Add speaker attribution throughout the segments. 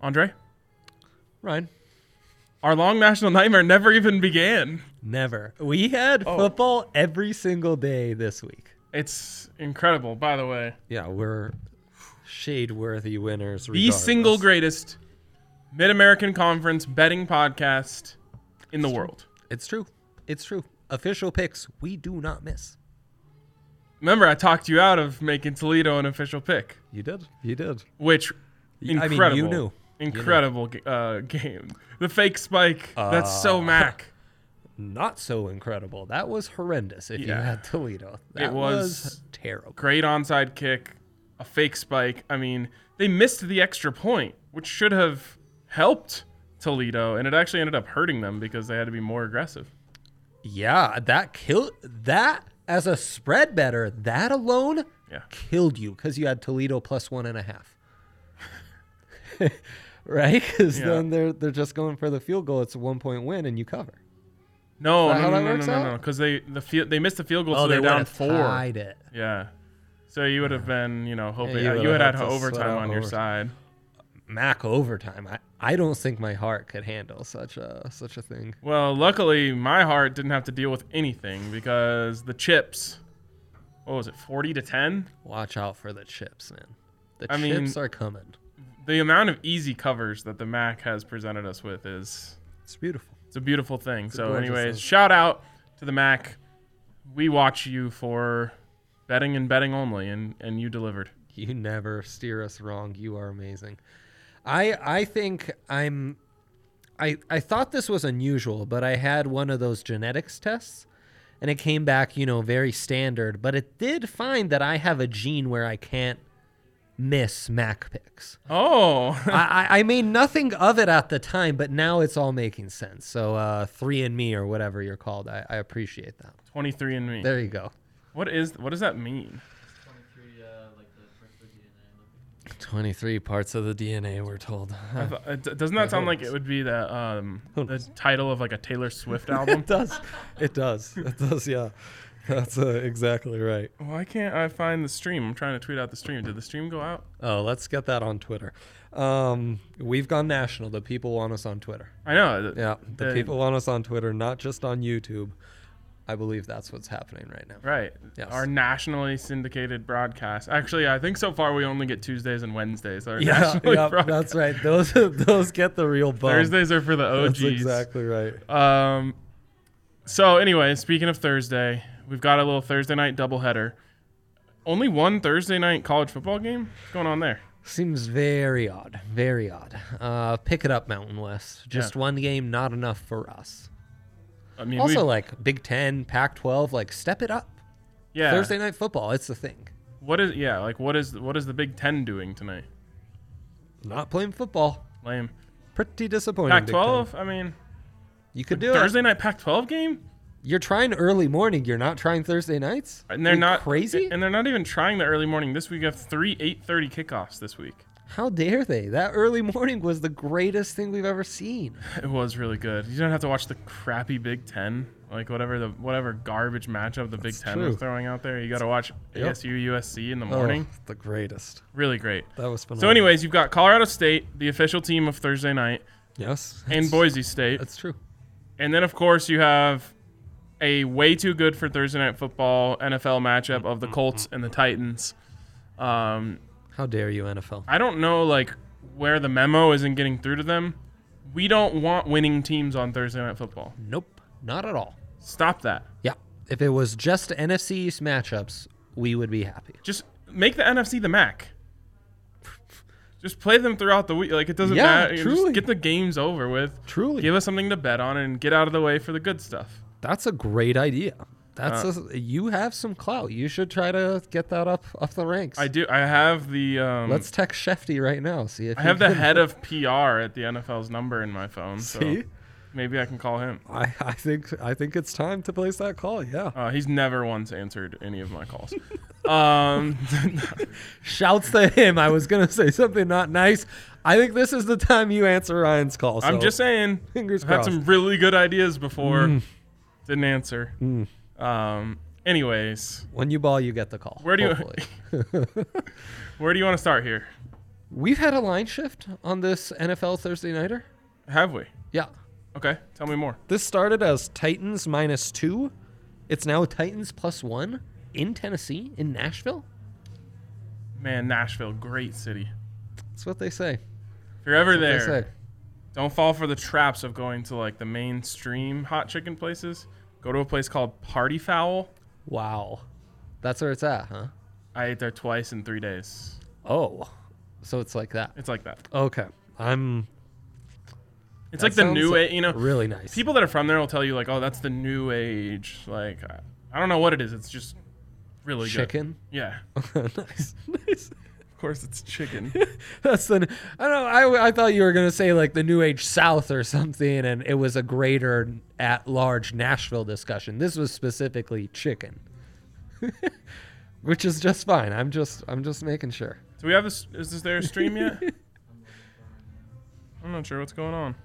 Speaker 1: Andre,
Speaker 2: Ryan.
Speaker 1: our long national nightmare never even began.
Speaker 2: Never. We had
Speaker 1: Oh.
Speaker 2: football every single day this week.
Speaker 1: It's incredible, by the way.
Speaker 2: Yeah, we're shade worthy winners.
Speaker 1: The single
Speaker 2: grade.
Speaker 1: greatest Mid American Conference betting podcast in the world.
Speaker 2: It's true. It's true. Official picks we do not miss.
Speaker 1: Remember, I talked you out of making Toledo an official pick,
Speaker 2: You did. You did.
Speaker 1: which
Speaker 2: Y- I mean, you
Speaker 1: incredible,
Speaker 2: knew.
Speaker 1: incredible g Uh, game. The fake spike. that's so
Speaker 2: Uh,
Speaker 1: Mac.
Speaker 2: Not so incredible. That was horrendous. If you
Speaker 1: Yeah.
Speaker 2: had Toledo, that
Speaker 1: was-
Speaker 2: terrible.
Speaker 1: Great onside kick, a fake spike. I mean, they missed the extra point, which should have helped Toledo, and it actually ended up hurting them because they had to be more aggressive.
Speaker 2: Yeah, that killed that as a spread better. That alone
Speaker 1: Yeah.
Speaker 2: killed you because you had Toledo plus one and a half. right? Because
Speaker 1: Yeah.
Speaker 2: then they're they're just going for the field goal. It's a one point win and you cover.
Speaker 1: No,
Speaker 2: Is that
Speaker 1: no,
Speaker 2: how
Speaker 1: no,
Speaker 2: that
Speaker 1: no, no,
Speaker 2: works
Speaker 1: no,
Speaker 2: out?
Speaker 1: no, because they the field, they missed the field goal, so Oh, they're down four.
Speaker 2: Oh, tied it.
Speaker 1: Yeah, so you would have been, you know, hoping
Speaker 2: you
Speaker 1: uh, you,
Speaker 2: would've
Speaker 1: would
Speaker 2: had
Speaker 1: have had
Speaker 2: to sweat
Speaker 1: overtime
Speaker 2: out
Speaker 1: on your
Speaker 2: overtime.
Speaker 1: side.
Speaker 2: Mac overtime. I, I don't think my heart could handle such a such a thing.
Speaker 1: Well, luckily, my heart didn't have to deal with anything because the chips. What was it, forty to ten?
Speaker 2: Watch out for the chips, man. The
Speaker 1: I mean-
Speaker 2: chips are coming.
Speaker 1: The amount of easy covers that the Mac has presented us with is
Speaker 2: It's beautiful.
Speaker 1: it's a beautiful thing. so,
Speaker 2: gorgeous
Speaker 1: anyways,
Speaker 2: thing.
Speaker 1: shout out to the Mac. We watch you for betting and betting only, and and you delivered.
Speaker 2: You never steer us wrong. You are amazing. I I think I'm I I thought this was unusual, but I had one of those genetics tests and it came back, you know, very standard, but it did find that I have a gene where I can't miss Mac picks.
Speaker 1: Oh,
Speaker 2: I, I- I made nothing of it at the time, but now it's all making sense. So uh three and me or whatever you're called. I, I appreciate that.
Speaker 1: 23 and me.
Speaker 2: There you go.
Speaker 1: What is what does that mean?
Speaker 3: 23, uh, like the first of DNA.
Speaker 2: Twenty three parts of the DNA we're told.
Speaker 1: I thought- uh, d- Doesn't that sound like it would be the um the title of like a Taylor Swift album?
Speaker 2: It does. It does. It does. Yeah, that's uh, exactly right.
Speaker 1: Why can't I find the stream? I'm trying to tweet out the stream. Did the stream go out?
Speaker 2: Oh, let's get that on Twitter. Um, we've gone national. The people want us on Twitter.
Speaker 1: I know.
Speaker 2: Yeah, the
Speaker 1: Uh,
Speaker 2: people want us on Twitter, not just on YouTube. I believe that's what's happening right now.
Speaker 1: Right.
Speaker 2: Yes.
Speaker 1: Our nationally syndicated broadcast. Actually, I think so far we only get Tuesdays and Wednesdays. Our
Speaker 2: Yeah,
Speaker 1: nationally
Speaker 2: yeah,
Speaker 1: broadcast.
Speaker 2: that's right. Those those get the real bump.
Speaker 1: Thursdays are for the OGs.
Speaker 2: That's exactly right.
Speaker 1: Um, so anyway, speaking of Thursday, we've got a little Thursday night doubleheader. Only one Thursday night college football game. What's going on there?
Speaker 2: Seems very odd. Very odd. Uh, pick it up, Mountain West. Just one game, not enough for us.
Speaker 1: I mean,
Speaker 2: Also,
Speaker 1: we,
Speaker 2: like Big Ten, Pac-12, like step it up.
Speaker 1: yeah.
Speaker 2: Thursday night football, it's the thing.
Speaker 1: What is yeah like what is what is the Big Ten doing tonight?
Speaker 2: Not playing football.
Speaker 1: Lame.
Speaker 2: Pretty disappointing. Big
Speaker 1: Pac-12.
Speaker 2: Ten.
Speaker 1: I mean
Speaker 2: You could do
Speaker 1: Thursday
Speaker 2: it.
Speaker 1: night Pac-12 game,
Speaker 2: You're trying early morning. You're not trying Thursday nights.
Speaker 1: and they're
Speaker 2: You
Speaker 1: not
Speaker 2: crazy.
Speaker 1: and they're not even trying the early morning. This week we have three 8:30 kickoffs this week.
Speaker 2: How dare they? That early morning was the greatest thing we've ever seen.
Speaker 1: It was really good. You don't have to watch the crappy Big Ten, like whatever the whatever garbage matchup the Big
Speaker 2: That's
Speaker 1: Ten
Speaker 2: true.
Speaker 1: was throwing out there. You got to watch
Speaker 2: Yep.
Speaker 1: ASU USC in the morning.
Speaker 2: Oh, the greatest.
Speaker 1: Really great.
Speaker 2: That was phenomenal.
Speaker 1: So, anyways, you've got Colorado State, the official team of Thursday night,
Speaker 2: yes,
Speaker 1: and
Speaker 2: that's-
Speaker 1: Boise State.
Speaker 2: That's true.
Speaker 1: And then, of course, you have a way too good for Thursday night football NFL matchup of the Colts and the Titans. Um,
Speaker 2: How dare you, NFL?
Speaker 1: I don't know like where the memo isn't getting through to them. We don't want winning teams on Thursday night football.
Speaker 2: Nope, not at all.
Speaker 1: Stop that.
Speaker 2: Yeah, if it was just NFC East matchups, we would be happy.
Speaker 1: Just make the NFC the MAC. Just play them throughout the week. Like it doesn't
Speaker 2: Yeah,
Speaker 1: matter.
Speaker 2: truly.
Speaker 1: Just get the games over with.
Speaker 2: Truly,
Speaker 1: Give us something to bet on and get out of the way for the good stuff.
Speaker 2: that's a great idea. That's
Speaker 1: Uh,
Speaker 2: a, you have some clout. You should try to get that up up the ranks.
Speaker 1: I do. I have the. Um,
Speaker 2: Let's text Shefty right now. See if
Speaker 1: I
Speaker 2: he
Speaker 1: have the
Speaker 2: can-
Speaker 1: head of PR at the NFL's number in my phone. So.
Speaker 2: See,
Speaker 1: Maybe I can call him.
Speaker 2: I, I think I think it's time to place that call. Yeah.
Speaker 1: Uh, he's never once answered any of my calls. um,
Speaker 2: Shouts to him. I was gonna say something not nice. I think this is the time you answer Ryan's call.
Speaker 1: I'm
Speaker 2: so-
Speaker 1: just saying.
Speaker 2: Fingers
Speaker 1: I've had
Speaker 2: crossed. Mm.
Speaker 1: some really good ideas before. Didn't answer. Um, anyways,
Speaker 2: when you ball, you get the call.
Speaker 1: Where do you-
Speaker 2: hopefully.
Speaker 1: where do you want to start here?
Speaker 2: We've had a line shift on this NFL Thursday Nighter.
Speaker 1: Have we?
Speaker 2: Yeah.
Speaker 1: Okay, tell me more.
Speaker 2: This started as Titans minus two. It's now Titans plus one in Tennessee, in Nashville.
Speaker 1: Man, Nashville, great city.
Speaker 2: That's what they say.
Speaker 1: If you're ever
Speaker 2: That's what
Speaker 1: there,
Speaker 2: They say.
Speaker 1: don't fall for the traps of going to like the mainstream hot chicken places. Go to a place called Party Fowl.
Speaker 2: Wow. That's where it's at, huh?
Speaker 1: I ate there twice in three days.
Speaker 2: Oh. So it's like that.
Speaker 1: It's like that.
Speaker 2: Okay. I'm
Speaker 1: It's
Speaker 2: That
Speaker 1: like the
Speaker 2: sounds
Speaker 1: new,
Speaker 2: like-
Speaker 1: a- you know,
Speaker 2: really nice.
Speaker 1: people that are from there will tell you like, oh, that's the new age. Like, I- I don't know what it is. It's just really
Speaker 2: chicken.
Speaker 1: good. Yeah,
Speaker 2: nice. Nice.
Speaker 1: of course it's chicken.
Speaker 2: That's the. I don't. I, I thought you were gonna say like the New Age South or something, and it was a greater at large Nashville discussion. This was specifically chicken, which is just fine. I'm just. I'm just making sure.
Speaker 1: Do we have this? Is this their stream yet? I'm not sure what's going on.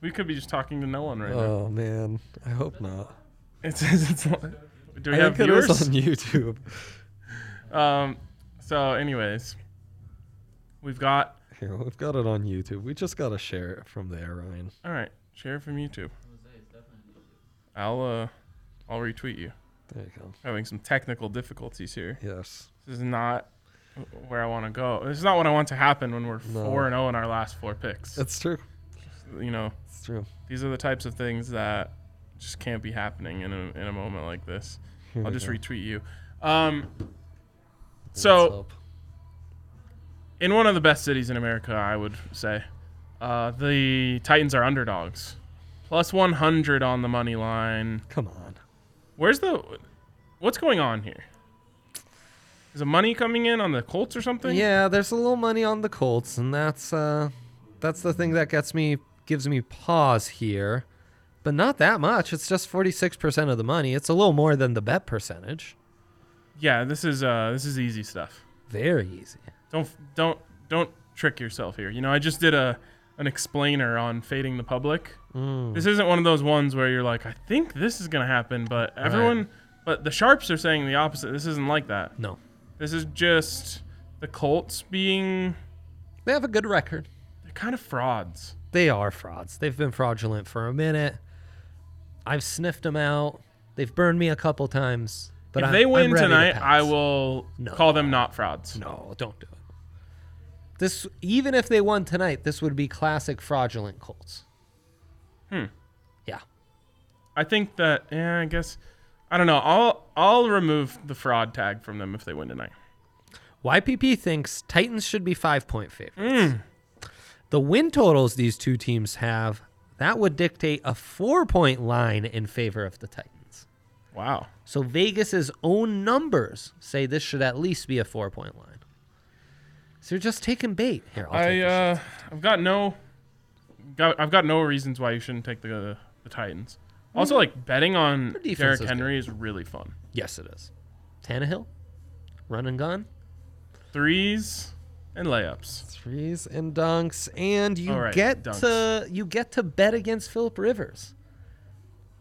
Speaker 1: We could be just talking to no one right now.
Speaker 2: Oh man, I hope not.
Speaker 1: It says it's. on- Do we
Speaker 2: I
Speaker 1: have
Speaker 2: think it was
Speaker 1: viewers?
Speaker 2: on YouTube.
Speaker 1: Um. So, anyways, we've got.
Speaker 2: Here, we've got it on YouTube. We just gotta share it from there, Ryan.
Speaker 1: All right, share from YouTube.
Speaker 3: Jose is definitely an idiot.
Speaker 1: I'll uh, I'll retweet you.
Speaker 2: There you go.
Speaker 1: Having some technical difficulties here.
Speaker 2: Yes.
Speaker 1: This is not where I want to go. This is not what I want to happen when we're
Speaker 2: No.
Speaker 1: four and zero in our last four picks.
Speaker 2: That's true.
Speaker 1: you know,
Speaker 2: It's true.
Speaker 1: these are the types of things that just can't be happening in a in a moment like this.
Speaker 2: Here
Speaker 1: I'll
Speaker 2: we
Speaker 1: just
Speaker 2: go.
Speaker 1: retweet you. Um,
Speaker 2: Let's
Speaker 1: so
Speaker 2: hope.
Speaker 1: in one of the best cities in America, I would say, uh, the Titans are underdogs, plus 100 on the money line.
Speaker 2: Come on.
Speaker 1: Where's the, what's going on here? Is the money coming in on the Colts or something?
Speaker 2: Yeah, there's a little money on the Colts, and that's uh, that's the thing that gets me gives me pause here, but not that much. It's just 46% of the money. It's a little more than the bet percentage.
Speaker 1: Yeah. This is uh, this is easy stuff.
Speaker 2: Very easy.
Speaker 1: Don't don't don't trick yourself here. You know, I just did a an explainer on fading the public.
Speaker 2: Mm.
Speaker 1: This isn't one of those ones where you're like, I think this is gonna happen, but everyone, but the sharps are saying the opposite. This isn't like that.
Speaker 2: No,
Speaker 1: This is just the Colts being
Speaker 2: they have a good record.
Speaker 1: they're kind of frauds.
Speaker 2: They are frauds. They've been fraudulent for a minute. I've sniffed them out. They've burned me a couple times. But
Speaker 1: if
Speaker 2: I'm-
Speaker 1: they
Speaker 2: I'm
Speaker 1: win
Speaker 2: ready to
Speaker 1: tonight,
Speaker 2: pounce.
Speaker 1: I will
Speaker 2: No.
Speaker 1: call them not frauds.
Speaker 2: No, don't do it. This even if they won tonight, this would be classic fraudulent Colts.
Speaker 1: Hmm.
Speaker 2: Yeah.
Speaker 1: I think that yeah, I guess I don't know. I'll I'll remove the fraud tag from them if they win tonight.
Speaker 2: YPP thinks Titans should be five point favorites. The win totals these two teams have that would dictate a four point line in favor of the Titans.
Speaker 1: Wow.
Speaker 2: So Vegas's own numbers say this should at least be a four point line. So you're just taking bait here. I'll
Speaker 1: I
Speaker 2: take this
Speaker 1: uh, I've got no, got, I've got no reasons why you shouldn't take the the Titans. Also, like betting on
Speaker 2: defense
Speaker 1: Derrick
Speaker 2: is
Speaker 1: Henry is really fun.
Speaker 2: shit. yes, it is. Tannehill, run and gun.
Speaker 1: Threes and layups.
Speaker 2: threes and dunks and you
Speaker 1: All right,
Speaker 2: get
Speaker 1: dunks.
Speaker 2: to you get to bet against Philip Rivers.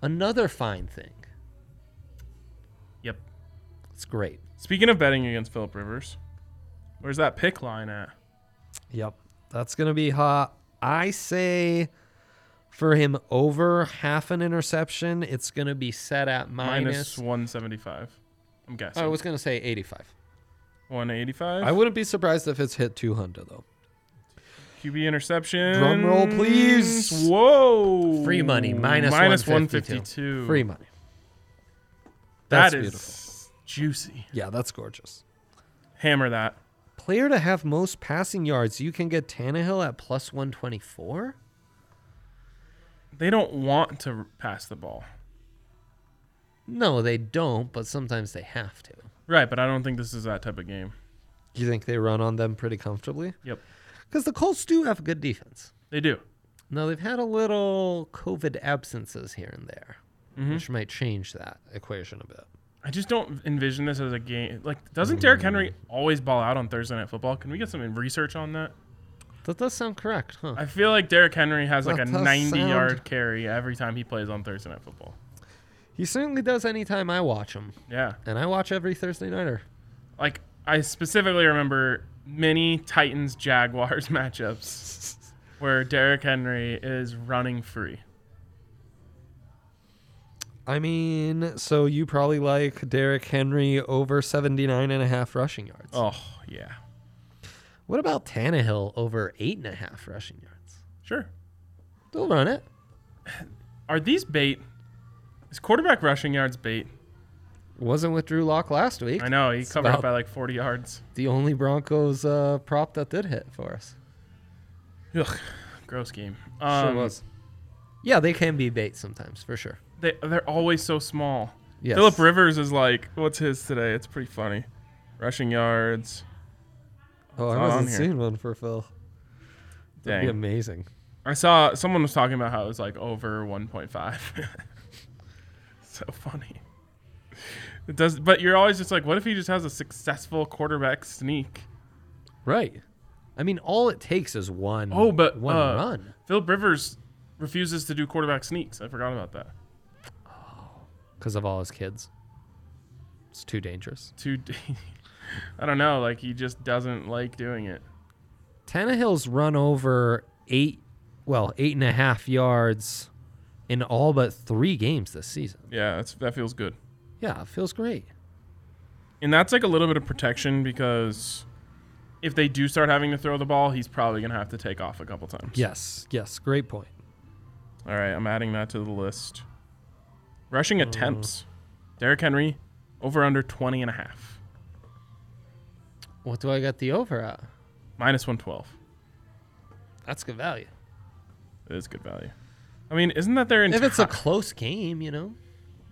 Speaker 2: Another fine thing.
Speaker 1: Yep.
Speaker 2: It's great.
Speaker 1: Speaking of betting against Philip Rivers, where's that pick line at?
Speaker 2: Yep. That's going to be hot. I say for him over half an interception, it's going to be set at
Speaker 1: Minus
Speaker 2: minus,
Speaker 1: one seventy five. I'm guessing
Speaker 2: I was going to say 85.
Speaker 1: one eighty
Speaker 2: I
Speaker 1: five.
Speaker 2: wouldn't be surprised if it's hit 200 though.
Speaker 1: QB interception.
Speaker 2: Drum roll, please.
Speaker 1: Whoa.
Speaker 2: Free money, minus
Speaker 1: minus one fifty
Speaker 2: 152.
Speaker 1: two.
Speaker 2: Free money.
Speaker 1: That's juicy.
Speaker 2: Yeah, that's gorgeous.
Speaker 1: Hammer that.
Speaker 2: Player to have most passing yards, you can get Tannehill at plus 124?
Speaker 1: They don't want to r- pass the ball.
Speaker 2: No, they don't, but sometimes they have to.
Speaker 1: Right, but I don't think this is that type of game.
Speaker 2: You think they run on them pretty comfortably?
Speaker 1: Yep.
Speaker 2: Because the Colts do have a good defense.
Speaker 1: They do.
Speaker 2: Now, they've had a little COVID absences here and there, which might change that equation a bit.
Speaker 1: I just don't envision this as a game. Like, doesn't Derrick Henry always ball out on Thursday Night Football? Can we get some research on that?
Speaker 2: That does sound correct, huh?
Speaker 1: I feel like Derrick Henry has like a
Speaker 2: That does
Speaker 1: 90 yard
Speaker 2: sound-
Speaker 1: carry every time he plays on Thursday Night Football.
Speaker 2: He certainly does anytime I watch him,
Speaker 1: Yeah.
Speaker 2: and I watch every Thursday Nighter.
Speaker 1: Like, I specifically remember many Titans Jaguars matchups where Derrick Henry is running free.
Speaker 2: I mean, so you probably like Derrick Henry over 79 and a half rushing yards.
Speaker 1: Oh, yeah.
Speaker 2: What about Tannehill over eight and a half rushing yards?
Speaker 1: Sure.
Speaker 2: They'll run it.
Speaker 1: Are these bait? Is quarterback rushing yards bait?
Speaker 2: Wasn't with Drew Lock last week.
Speaker 1: I know he
Speaker 2: It's
Speaker 1: covered up
Speaker 2: about-
Speaker 1: by like 40 yards.
Speaker 2: The only Broncos uh, prop that did hit for us.
Speaker 1: Ugh, gross game. Um,
Speaker 2: Yeah, they can be bait sometimes, for sure.
Speaker 1: They they're always so small.
Speaker 2: Yes.
Speaker 1: Philip Rivers is like, what's his today? It's pretty funny. Rushing yards.
Speaker 2: Oh,
Speaker 1: It's
Speaker 2: I
Speaker 1: not
Speaker 2: wasn't
Speaker 1: on here.
Speaker 2: seeing one for Phil. That'd be
Speaker 1: Dang.
Speaker 2: amazing.
Speaker 1: I saw someone was talking about how it was like over 1.5. so funny. It does, but you're always just like, what if he just has a successful quarterback sneak?
Speaker 2: Right. I mean, all it takes is one.
Speaker 1: Oh, but
Speaker 2: one
Speaker 1: uh,
Speaker 2: run.
Speaker 1: Philip Rivers refuses to do quarterback sneaks. I forgot about that.
Speaker 2: because of all his kids. It's too dangerous.
Speaker 1: Too, d- I don't know. Like he just doesn't like doing it.
Speaker 2: Tannehill's run over eight, well, eight and a half yards in all but three games this season.
Speaker 1: Yeah, that's that feels good.
Speaker 2: Yeah, it feels great.
Speaker 1: And that's like a little bit of protection because if they do start having to throw the ball, he's probably gonna have to take off a couple times.
Speaker 2: Yes, yes, great point.
Speaker 1: All right, I'm adding that to the list.
Speaker 2: Uh.
Speaker 1: Rushing attempts. Derrick Henry over under 20 and a half.
Speaker 2: What do I got the over at?
Speaker 1: Minus 112.
Speaker 2: That's good value.
Speaker 1: It is good value. I mean, isn't that their
Speaker 2: If
Speaker 1: entire
Speaker 2: it's a close game, you know.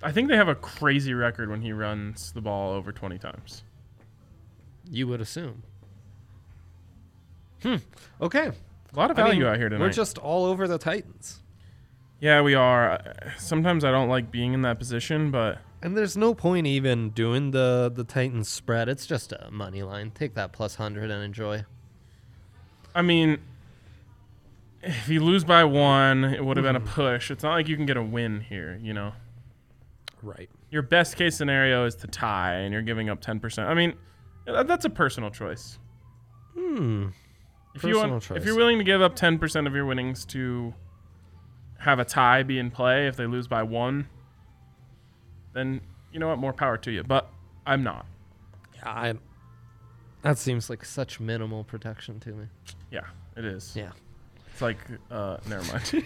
Speaker 1: I think they have a crazy record when he runs the ball over 20 times.
Speaker 2: You would assume. Hmm. Okay.
Speaker 1: A lot of
Speaker 2: I mean,
Speaker 1: value out here tonight.
Speaker 2: We're just all over the Titans.
Speaker 1: yeah, we are. I- Sometimes I don't like being in that position, but
Speaker 2: And there's no point even doing the the Titans spread. It's just a money line. Take that plus 100 and enjoy.
Speaker 1: I mean, if you lose by one, it would have been a
Speaker 2: Mm-hmm.
Speaker 1: push. It's not like you can get a win here, you know?
Speaker 2: Right.
Speaker 1: Your best case scenario is to tie and you're giving up 10%. I mean, that- that's a personal choice.
Speaker 2: Hmm.
Speaker 1: If you want,
Speaker 2: Personal
Speaker 1: if
Speaker 2: choice.
Speaker 1: you're willing to give up 10% of your winnings to have a tie be in play if they lose by one, then you know what, more power to you. But I'm not.
Speaker 2: Yeah, I. That seems like such minimal protection to me.
Speaker 1: Yeah, it is.
Speaker 2: Yeah.
Speaker 1: It's like, uh, never mind.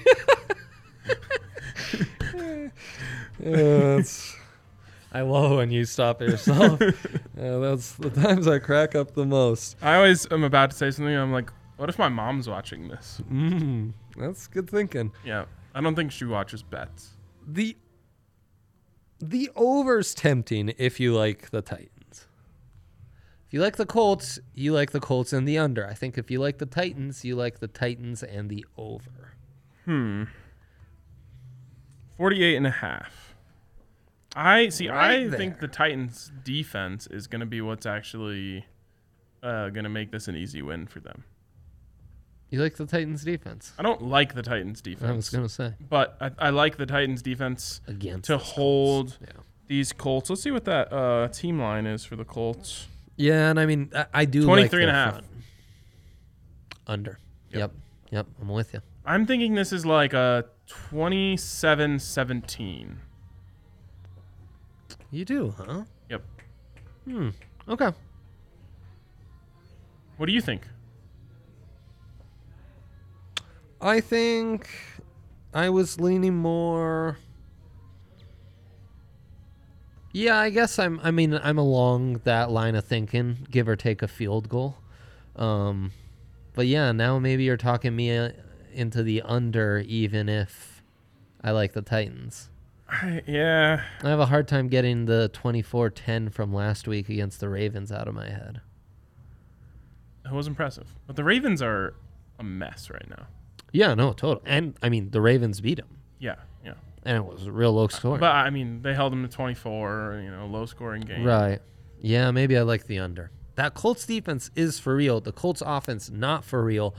Speaker 2: I love when you stop yourself. uh, that's the times I crack up the most.
Speaker 1: I always am about to say something. I'm like, what if my mom's watching this?
Speaker 2: Mm, that's good thinking.
Speaker 1: Yeah, I don't think she watches bets.
Speaker 2: The the over's tempting if you like the Titans. If you like the Colts, you like the Colts and the under. I think if you like the Titans, you like the Titans and the over.
Speaker 1: Hmm. 48 and a half. I see. I
Speaker 2: Right
Speaker 1: think
Speaker 2: there.
Speaker 1: the Titans' defense is going to be what's actually uh, going to make this an easy win for them.
Speaker 2: You like the Titans defense.
Speaker 1: I don't like the Titans'
Speaker 2: I was
Speaker 1: defense,
Speaker 2: gonna say
Speaker 1: but I, I like the Titans' defense
Speaker 2: against
Speaker 1: to
Speaker 2: this Colts.
Speaker 1: hold
Speaker 2: Yeah.
Speaker 1: these Colts. Let's see what that uh, team line is for the Colts.
Speaker 2: Yeah, and I mean, I, I do
Speaker 1: 23
Speaker 2: like
Speaker 1: and a
Speaker 2: their
Speaker 1: half.
Speaker 2: front. under. Yep.
Speaker 1: Yep.
Speaker 2: yep, I'm with you.
Speaker 1: I'm thinking this is like a 27 17.
Speaker 2: You do, huh?
Speaker 1: Yep.
Speaker 2: Hmm. Okay.
Speaker 1: What do you think?
Speaker 2: I think I was leaning more. Yeah, I guess I'm. I mean, I'm along that line of thinking, give or take a field goal. Um, but yeah, now maybe you're talking me uh, into the under, even if I like the Titans.
Speaker 1: I, yeah.
Speaker 2: I have a hard time getting the 24-10 from last week against the Ravens out of my head.
Speaker 1: It was impressive. But the Ravens are a mess right now.
Speaker 2: Yeah, no, total. And I mean, the Ravens beat them,
Speaker 1: Yeah, yeah.
Speaker 2: and it was a real low score.
Speaker 1: But I mean, they held them to 24, you know, low scoring game.
Speaker 2: right. Yeah, maybe I like the under. That Colts defense is for real. The Colts offense not for real.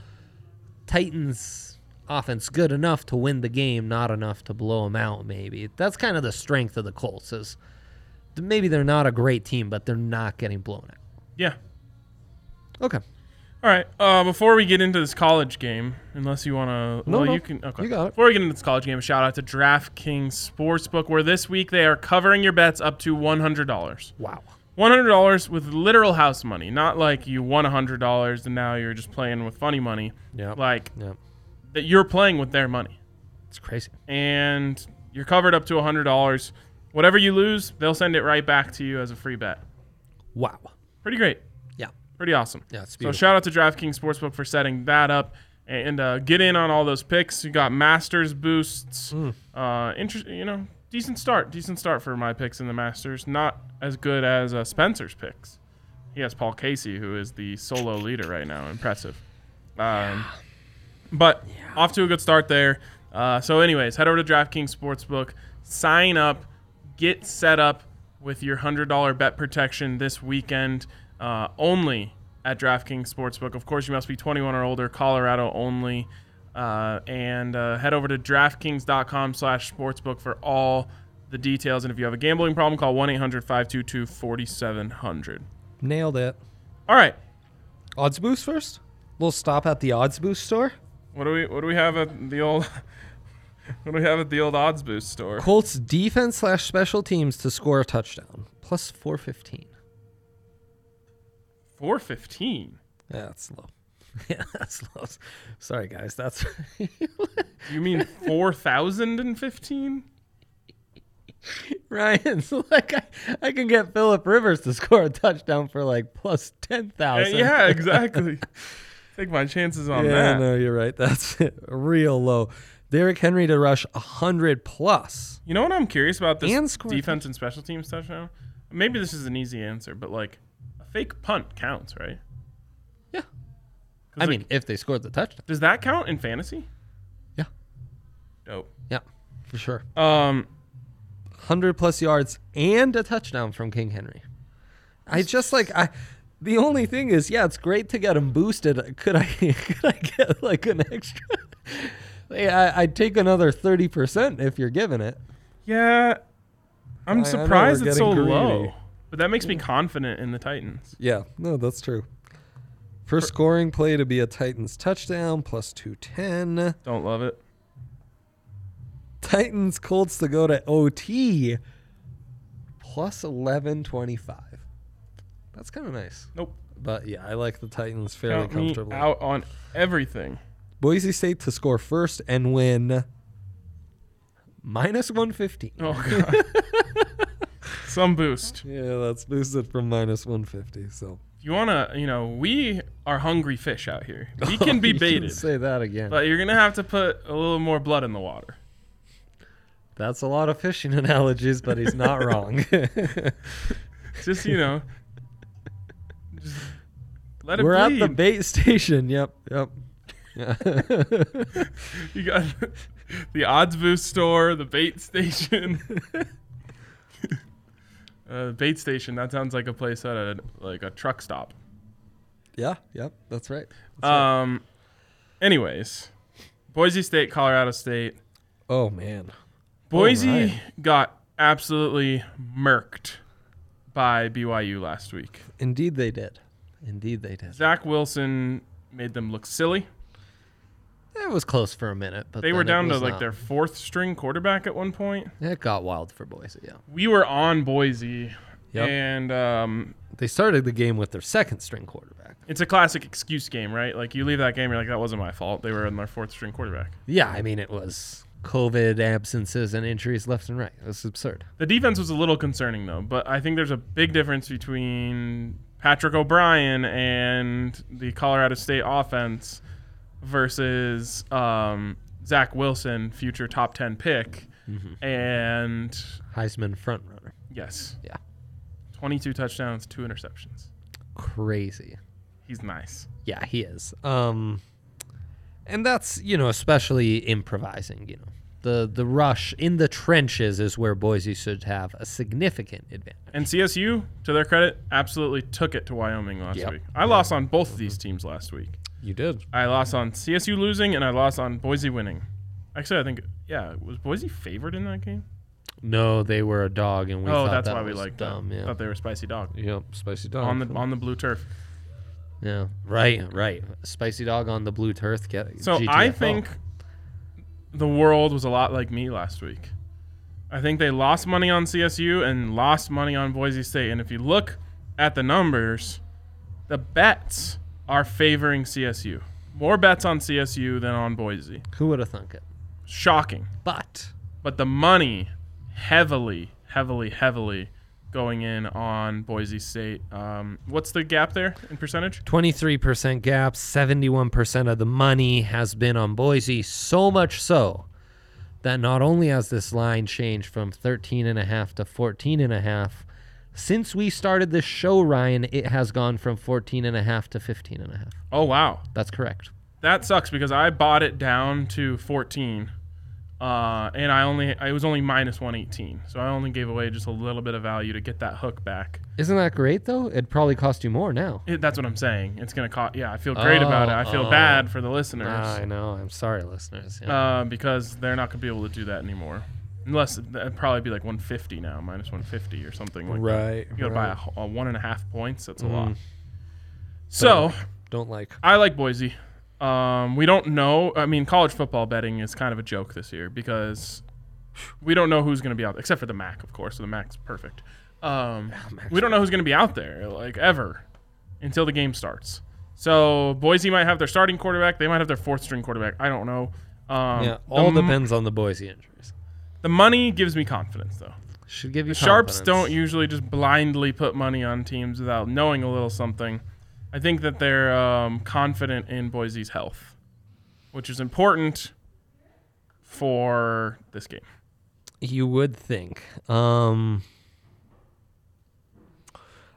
Speaker 2: Titans offense good enough to win the game, not enough to blow them out maybe. That's kind of the strength of the Colts is th- maybe they're not a great team, but they're not getting blown out.
Speaker 1: Yeah.
Speaker 2: Okay.
Speaker 1: All right. Uh, before we get into this college game, unless you want to,
Speaker 2: No,
Speaker 1: well,
Speaker 2: no.
Speaker 1: you can. Okay.
Speaker 2: You got it.
Speaker 1: Before we get into this college game, a shout out to DraftKings Sportsbook, where this week they are covering your bets up to one hundred dollars.
Speaker 2: Wow.
Speaker 1: One hundred dollars with literal house money, not like you won hundred dollars and now you're just playing with funny money.
Speaker 2: Yeah.
Speaker 1: Like
Speaker 2: yeah.
Speaker 1: that, you're playing with their money,
Speaker 2: It's crazy.
Speaker 1: and you're covered up to hundred dollars. Whatever you lose, they'll send it right back to you as a free bet.
Speaker 2: Wow.
Speaker 1: Pretty great.
Speaker 2: Yeah.
Speaker 1: Pretty awesome.
Speaker 2: Yeah, it's
Speaker 1: So
Speaker 2: beautiful.
Speaker 1: shout out to DraftKings Sportsbook for setting that up and uh, get in on all those picks. You got Masters boosts.
Speaker 2: Mm.
Speaker 1: Uh, interest, you know, decent start, decent start for my picks in the Masters. Not as good as uh, Spencer's picks. He has Paul Casey, who is the solo leader right now. Impressive. Um, but off to a good start there. Uh, so, anyways, head over to DraftKings Sportsbook, sign up, get set up with your $100 bet protection this weekend uh, only at DraftKings Sportsbook. Of course, you must be 21 or older, Colorado only. Uh, and uh, head over to DraftKings.com slash sportsbook for all the details. And if you have a gambling problem, call 1 800 522 4700.
Speaker 2: Nailed it.
Speaker 1: All right.
Speaker 2: Odds boost first. We'll stop at the odds boost store.
Speaker 1: What do we what do we have at the old what do we have at the old odds boost store?
Speaker 2: Colts defense slash special teams to score a touchdown plus four fifteen.
Speaker 1: Four fifteen.
Speaker 2: Yeah, that's low. Yeah, that's low. Sorry guys, that's
Speaker 1: You mean four thousand and fifteen?
Speaker 2: Ryan's like I, I can get Philip Rivers to score a touchdown for like plus ten thousand.
Speaker 1: Uh, Yeah, exactly. Take my chances on
Speaker 2: yeah,
Speaker 1: that.
Speaker 2: no, you're right. That's real low. Derrick Henry to rush hundred plus.
Speaker 1: You know what I'm curious about this
Speaker 2: And score a
Speaker 1: defense and special teams touchdown? Maybe this is an easy answer, but like a fake punt counts, right?
Speaker 2: Yeah.
Speaker 1: 'Cause,
Speaker 2: I
Speaker 1: like,
Speaker 2: mean, if they scored the touchdown.
Speaker 1: does that count in fantasy?
Speaker 2: Yeah.
Speaker 1: Dope.
Speaker 2: Yeah, for sure.
Speaker 1: Um,
Speaker 2: hundred plus yards and a touchdown from King Henry. I just like I. The only thing is, yeah, it's great to get him boosted. Could I could I get like an extra? Hey, I, I'd take another thirty percent if you're giving it.
Speaker 1: yeah,
Speaker 2: I- I
Speaker 1: I'm
Speaker 2: know
Speaker 1: surprised
Speaker 2: we're
Speaker 1: it's so
Speaker 2: getting
Speaker 1: low,
Speaker 2: greedy.
Speaker 1: but that makes me confident in the Titans.
Speaker 2: Yeah, no, that's true. For scoring play to be a Titans touchdown plus two ten.
Speaker 1: Don't love it.
Speaker 2: Titans Colts to go to OT plus eleven twenty five. That's kind of nice.
Speaker 1: Nope.
Speaker 2: But yeah, I like the Titans fairly
Speaker 1: Count me
Speaker 2: comfortably.
Speaker 1: out on everything.
Speaker 2: Boise State to score first and win minus 115.
Speaker 1: Oh god. Some boost.
Speaker 2: Yeah, that's boosted from minus 150. So
Speaker 1: If you wanna, you know, we are hungry fish out here. We can be
Speaker 2: You shouldn't
Speaker 1: baited,
Speaker 2: Say that again.
Speaker 1: but you're gonna have to put a little more blood in the water.
Speaker 2: that's a lot of fishing analogies, but he's not wrong.
Speaker 1: Just you know, just let it
Speaker 2: We're at
Speaker 1: bleed.
Speaker 2: the bait station. Yep, yep. Yeah.
Speaker 1: you got the odds boost store, the bait station. uh, bait station. That sounds like a place at a like a truck stop.
Speaker 2: yeah, yep. That's right.
Speaker 1: Um. Anyways, Boise State, Colorado State.
Speaker 2: Oh man.
Speaker 1: Boise
Speaker 2: Alright.
Speaker 1: got absolutely murked by BYU last week.
Speaker 2: Indeed they did. Indeed they did.
Speaker 1: Zach Wilson made them look silly.
Speaker 2: It was close for a minute, but
Speaker 1: They
Speaker 2: then
Speaker 1: were
Speaker 2: it
Speaker 1: down to
Speaker 2: was
Speaker 1: like
Speaker 2: not.
Speaker 1: their fourth string quarterback at one point.
Speaker 2: It got wild for Boise. Yeah.
Speaker 1: We were on Boise,
Speaker 2: Yep.
Speaker 1: and um,
Speaker 2: They started the game with their second string quarterback.
Speaker 1: it's a classic excuse game, right? Like you leave that game, you're like, that wasn't my fault. They were in their fourth string quarterback.
Speaker 2: Yeah, I mean, it was COVID absences and injuries left and right. It was absurd.
Speaker 1: The defense was a little concerning though, but I think there's a big difference between Patrick O'Brien and the Colorado State offense versus um, Zach Wilson, future top ten pick, and
Speaker 2: Heisman front runner.
Speaker 1: yes,
Speaker 2: Yeah.
Speaker 1: twenty-two touchdowns, two interceptions.
Speaker 2: Crazy.
Speaker 1: He's nice.
Speaker 2: Yeah, he is. Um, and that's you know especially improvising. You know, the the rush in the trenches is where Boise should have a significant advantage.
Speaker 1: And CSU, to their credit, absolutely took it to Wyoming last
Speaker 2: Yep.
Speaker 1: week. I lost on both of these teams last week.
Speaker 2: You did.
Speaker 1: I lost on CSU losing and I lost on Boise winning. Actually, I think yeah, was Boise favored in that game?
Speaker 2: No, they were a dog, and we
Speaker 1: oh,
Speaker 2: thought
Speaker 1: that's
Speaker 2: that
Speaker 1: why we
Speaker 2: was
Speaker 1: like
Speaker 2: dumb. Oh,
Speaker 1: them.
Speaker 2: Yeah.
Speaker 1: Thought they were spicy dog
Speaker 2: Yep, spicy dog.
Speaker 1: on the on the blue turf.
Speaker 2: Yeah. Right. Right. Spicy dog on the blue turf. Get,
Speaker 1: So I think the world was a lot like me last week. I think they lost money on CSU and lost money on Boise State. And if you look at the numbers, the bets are favoring CSU. More bets on CSU than on Boise.
Speaker 2: who would have thunk it?
Speaker 1: Shocking.
Speaker 2: But
Speaker 1: But the money heavily, heavily, heavily going in on Boise State. Um, what's the gap there in percentage?
Speaker 2: 23% gap, 71% of the money has been on Boise, so much so that not only has this line changed from 13 and a half to 14 and a half, since we started this show, Ryan, it has gone from 14 and a half to 15 and a half.
Speaker 1: Oh, wow.
Speaker 2: That's correct.
Speaker 1: that sucks because I bought it down to 14, uh, and I only I was only minus 118, so I only gave away just a little bit of value to get that hook back.
Speaker 2: Isn't that great though? It'd probably cost you more now.
Speaker 1: It, that's what I'm saying. It's gonna cost. Yeah, I feel great about it. I feel
Speaker 2: Oh, oh.
Speaker 1: bad for the listeners
Speaker 2: Ah, I know. I'm sorry, listeners. Yeah.
Speaker 1: uh, because they're not gonna be able to do that anymore. Unless it'd probably be like 150 now, minus 150 or something like that.
Speaker 2: right.
Speaker 1: You gotta buy a
Speaker 2: right. Mm.
Speaker 1: h- a, one and a half points. That's a lot. So.
Speaker 2: Don't like.
Speaker 1: I like Boise. Um, we don't know. I mean, college football betting is kind of a joke this year because we don't know who's going to be out there, except for the MAC, of course. So the MAC's perfect. Um,
Speaker 2: Ah, Mac's
Speaker 1: we don't know who's going to be out there, like ever, until the game starts. So Boise might have their starting quarterback. They might have their fourth string quarterback. I don't know. Um,
Speaker 2: yeah, all
Speaker 1: the, m-
Speaker 2: depends on the Boise injuries.
Speaker 1: the money gives me confidence, though.
Speaker 2: Should give you
Speaker 1: Sharps
Speaker 2: confidence.
Speaker 1: don't usually just blindly put money on teams without knowing a little something. I think that they're um, confident in Boise's health, which is important for this game.
Speaker 2: You would think. Um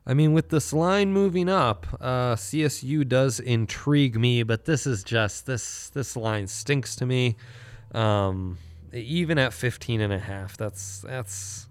Speaker 2: I mean, with this line moving up, uh, CSU does intrigue me, but this is just this this line stinks to me. Um, even at 15 and a half, that's that's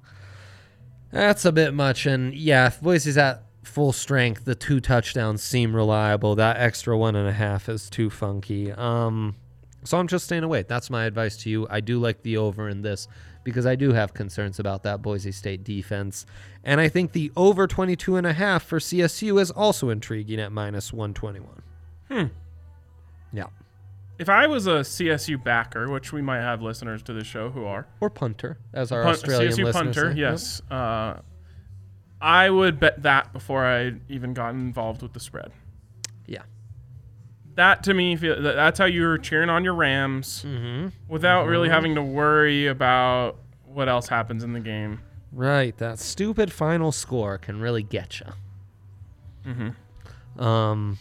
Speaker 2: that's a bit much. And yeah, if Boise's at full strength, the two touchdowns seem reliable. That extra one and a half is too funky. Um, so I'm just staying away. That's my advice to you. I do like the over in this because I do have concerns about that Boise State defense. And I think the over 22 and a half for CSU is also intriguing at minus 121. Hmm. Yeah.
Speaker 1: If I was a CSU backer, which we might have listeners to this show who are
Speaker 2: Or punter, as our
Speaker 1: Pun-
Speaker 2: Australian
Speaker 1: CSU
Speaker 2: listeners
Speaker 1: punter,
Speaker 2: say.
Speaker 1: yes, uh, I would bet that before I even got involved with the spread.
Speaker 2: Yeah.
Speaker 1: That to me, feel- that- that's how you're cheering on your Rams.
Speaker 2: Mm-hmm.
Speaker 1: without really having to worry about what else happens in the game.
Speaker 2: Right, that stupid final score can really get you. Mm-hmm. Um,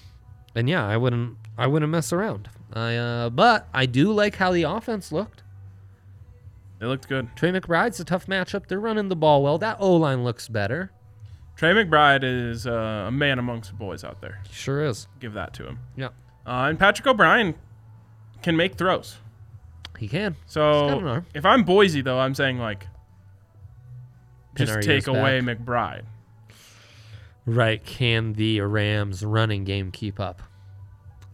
Speaker 2: and yeah, I wouldn't, I wouldn't mess around. I, uh, but I do like how the offense looked.
Speaker 1: They looked good.
Speaker 2: Trey McBride's a tough matchup. They're running the ball well. That O line looks better.
Speaker 1: Trey McBride is uh, a man amongst boys out there.
Speaker 2: Sure is.
Speaker 1: Give that to him.
Speaker 2: Yeah,
Speaker 1: Uh, and Patrick O'Brien can make throws.
Speaker 2: he can. He's got an
Speaker 1: So
Speaker 2: arm.
Speaker 1: if I'm Boise though, I'm saying like
Speaker 2: Pin our
Speaker 1: just
Speaker 2: ears
Speaker 1: take away McBride.
Speaker 2: Right? Can the Rams' running game keep up?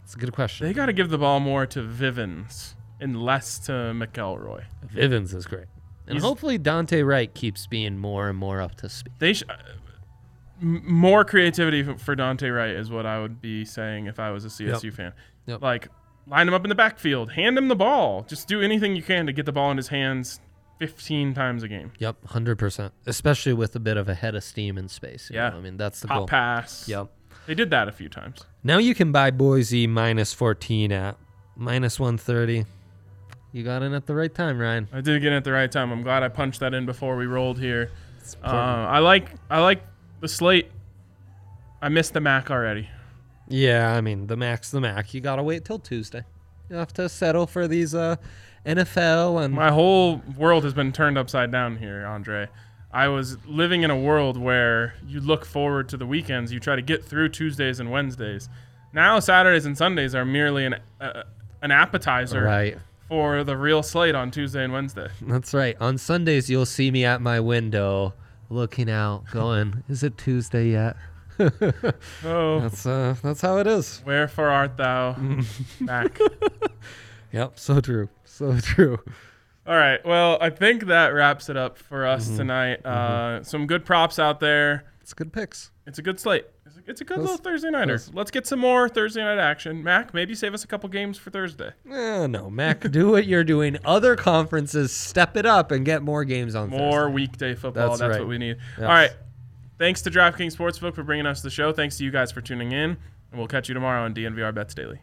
Speaker 2: It's a good question.
Speaker 1: They got to give the ball more to Vivens and less to McElroy.
Speaker 2: Vivens is great, and
Speaker 1: He's-
Speaker 2: hopefully Dante Wright keeps being more and more up to speed.
Speaker 1: They sh- m- more creativity f- for Dante Wright is what I would be saying if I was a CSU fan.
Speaker 2: Yep.
Speaker 1: Like line him up in the backfield, hand him the ball, just do anything you can to get the ball in his hands 15 times a game.
Speaker 2: Yep, hundred percent. Especially with a bit of a head of steam in space. you
Speaker 1: Yeah.
Speaker 2: know? I mean that's the
Speaker 1: Pop
Speaker 2: goal.
Speaker 1: pass.
Speaker 2: Yep.
Speaker 1: They did that a few times.
Speaker 2: Now you can buy Boise minus fourteen at minus one thirty. You got in at the right time, Ryan.
Speaker 1: I did get in at the right time. I'm glad I punched that in before we rolled here. Uh, I like I like the slate. I missed the Mac already.
Speaker 2: Yeah, I mean the Mac's the Mac. You gotta wait till Tuesday. You have to settle for these uh, NFL and
Speaker 1: My whole world has been turned upside down here, Andre. I was living in a world where you look forward to the weekends, you try to get through Tuesdays and Wednesdays. Now Saturdays and Sundays are merely an uh, an appetizer
Speaker 2: right.
Speaker 1: for the real slate on Tuesday and Wednesday.
Speaker 2: That's right. On Sundays you'll see me at my window, looking out, going, "Is it Tuesday yet?"
Speaker 1: Oh,
Speaker 2: That's uh, that's how it is.
Speaker 1: wherefore art thou back?
Speaker 2: Yep. So true. So true.
Speaker 1: All right. Well, I think that wraps it up for us tonight. Uh, some good props out there.
Speaker 2: It's good picks.
Speaker 1: It's a good slate. It's a, it's a good
Speaker 2: Those-
Speaker 1: little Thursday nighter.
Speaker 2: those-
Speaker 1: Let's get some more Thursday night action. Mac, maybe save us a couple games for Thursday.
Speaker 2: Eh, no, Mac, do what you're doing. Other conferences, step it up and get more games on
Speaker 1: More weekday football.
Speaker 2: That's
Speaker 1: That's,
Speaker 2: right.
Speaker 1: what we need.
Speaker 2: Yes.
Speaker 1: All right. Thanks to DraftKings Sportsbook for bringing us the show. Thanks to you guys for tuning in, and we'll catch you tomorrow on DNVR Bets Daily.